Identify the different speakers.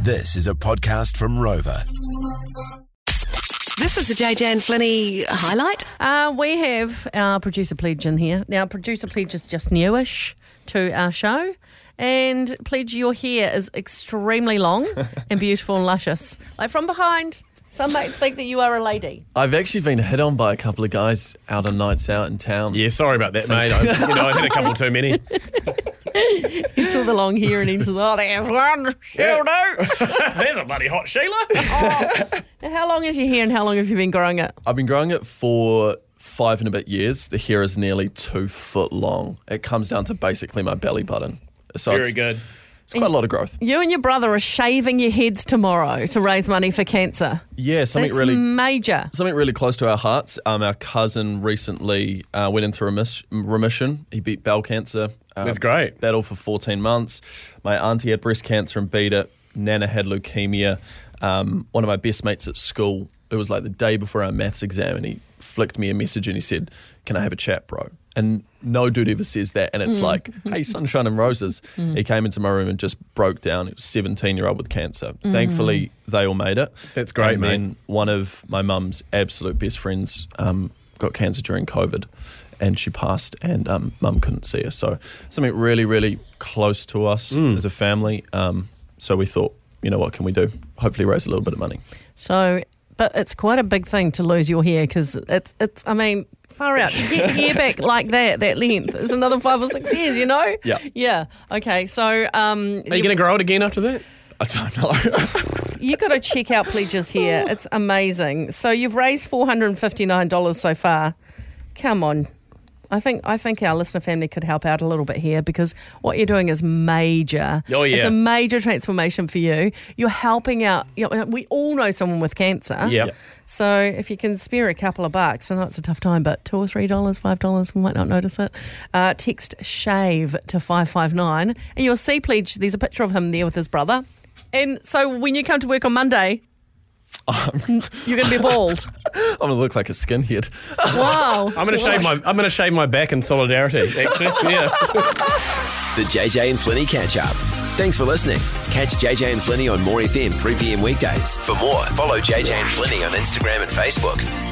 Speaker 1: This is a podcast from Rover.
Speaker 2: This is a JJ and Flinny highlight.
Speaker 3: Uh, we have our producer Pledge in here. Now, producer Pledge is just newish to our show. And Pledge, your hair is extremely long and beautiful and luscious. Like from behind, some might think that you are a lady.
Speaker 4: I've actually been hit on by a couple of guys out on nights out in town.
Speaker 5: Yeah, sorry about that, mate. I, you know, I had a couple too many.
Speaker 3: You saw the long hair and he's like, oh, there's one, she'll do.
Speaker 5: There's a bloody hot Sheila.
Speaker 3: Now, How long is your hair and how long have you been growing it?
Speaker 4: I've been growing it for five and a bit years. The hair is nearly two foot long. It comes down to basically my belly button. So
Speaker 5: Very
Speaker 4: it's,
Speaker 5: good.
Speaker 4: It's quite a lot of growth.
Speaker 3: You and your brother are shaving your heads tomorrow to raise money for cancer.
Speaker 4: Yeah, something
Speaker 3: That's
Speaker 4: really.
Speaker 3: major.
Speaker 4: Something really close to our hearts. Um, our cousin recently uh, went into remiss- remission. He beat bowel cancer. Um,
Speaker 5: That's great.
Speaker 4: Battle for 14 months. My auntie had breast cancer and beat it. Nana had leukemia. Um, one of my best mates at school, it was like the day before our maths exam, and he flicked me a message and he said, Can I have a chat, bro? And no dude ever says that. And it's like, hey, sunshine and roses. He came into my room and just broke down. It was 17 year old with cancer. Thankfully, they all made it.
Speaker 5: That's great,
Speaker 4: and
Speaker 5: mate.
Speaker 4: Then one of my mum's absolute best friends um, got cancer during COVID, and she passed, and um, mum couldn't see her. So something really, really close to us
Speaker 5: Mm.
Speaker 4: as a family. Um, so we thought, you know, what can we do? Hopefully, raise a little bit of money.
Speaker 3: So, but it's quite a big thing to lose your hair because it's, it's, I mean, far out. To get hair back like that, that length, is another five or six years, you know?
Speaker 4: Yeah.
Speaker 3: Yeah. Okay. So, um,
Speaker 5: Are you
Speaker 3: you,
Speaker 5: going to grow it again after that?
Speaker 4: I don't know.
Speaker 3: you got to check out Pledges here. It's amazing. So, you've raised $459 so far. Come on. I think I think our listener family could help out a little bit here because what you're doing is major.
Speaker 5: Oh, yeah.
Speaker 3: It's a major transformation for you. You're helping out. You know, we all know someone with cancer.
Speaker 5: Yeah.
Speaker 3: So if you can spare a couple of bucks, I know it's a tough time, but two or three dollars, five dollars, we might not notice it. Uh, text shave to five five nine, and you'll see pledge. There's a picture of him there with his brother, and so when you come to work on Monday, you're going to be bald.
Speaker 4: I'm gonna look like a skinhead.
Speaker 3: wow.
Speaker 5: I'm going to shave my I'm going to shave my back in solidarity. Actually, yeah.
Speaker 1: The JJ and Flinny catch up. Thanks for listening. Catch JJ and Flinny on More FM 3 p.m. weekdays. For more, follow JJ and Flinny on Instagram and Facebook.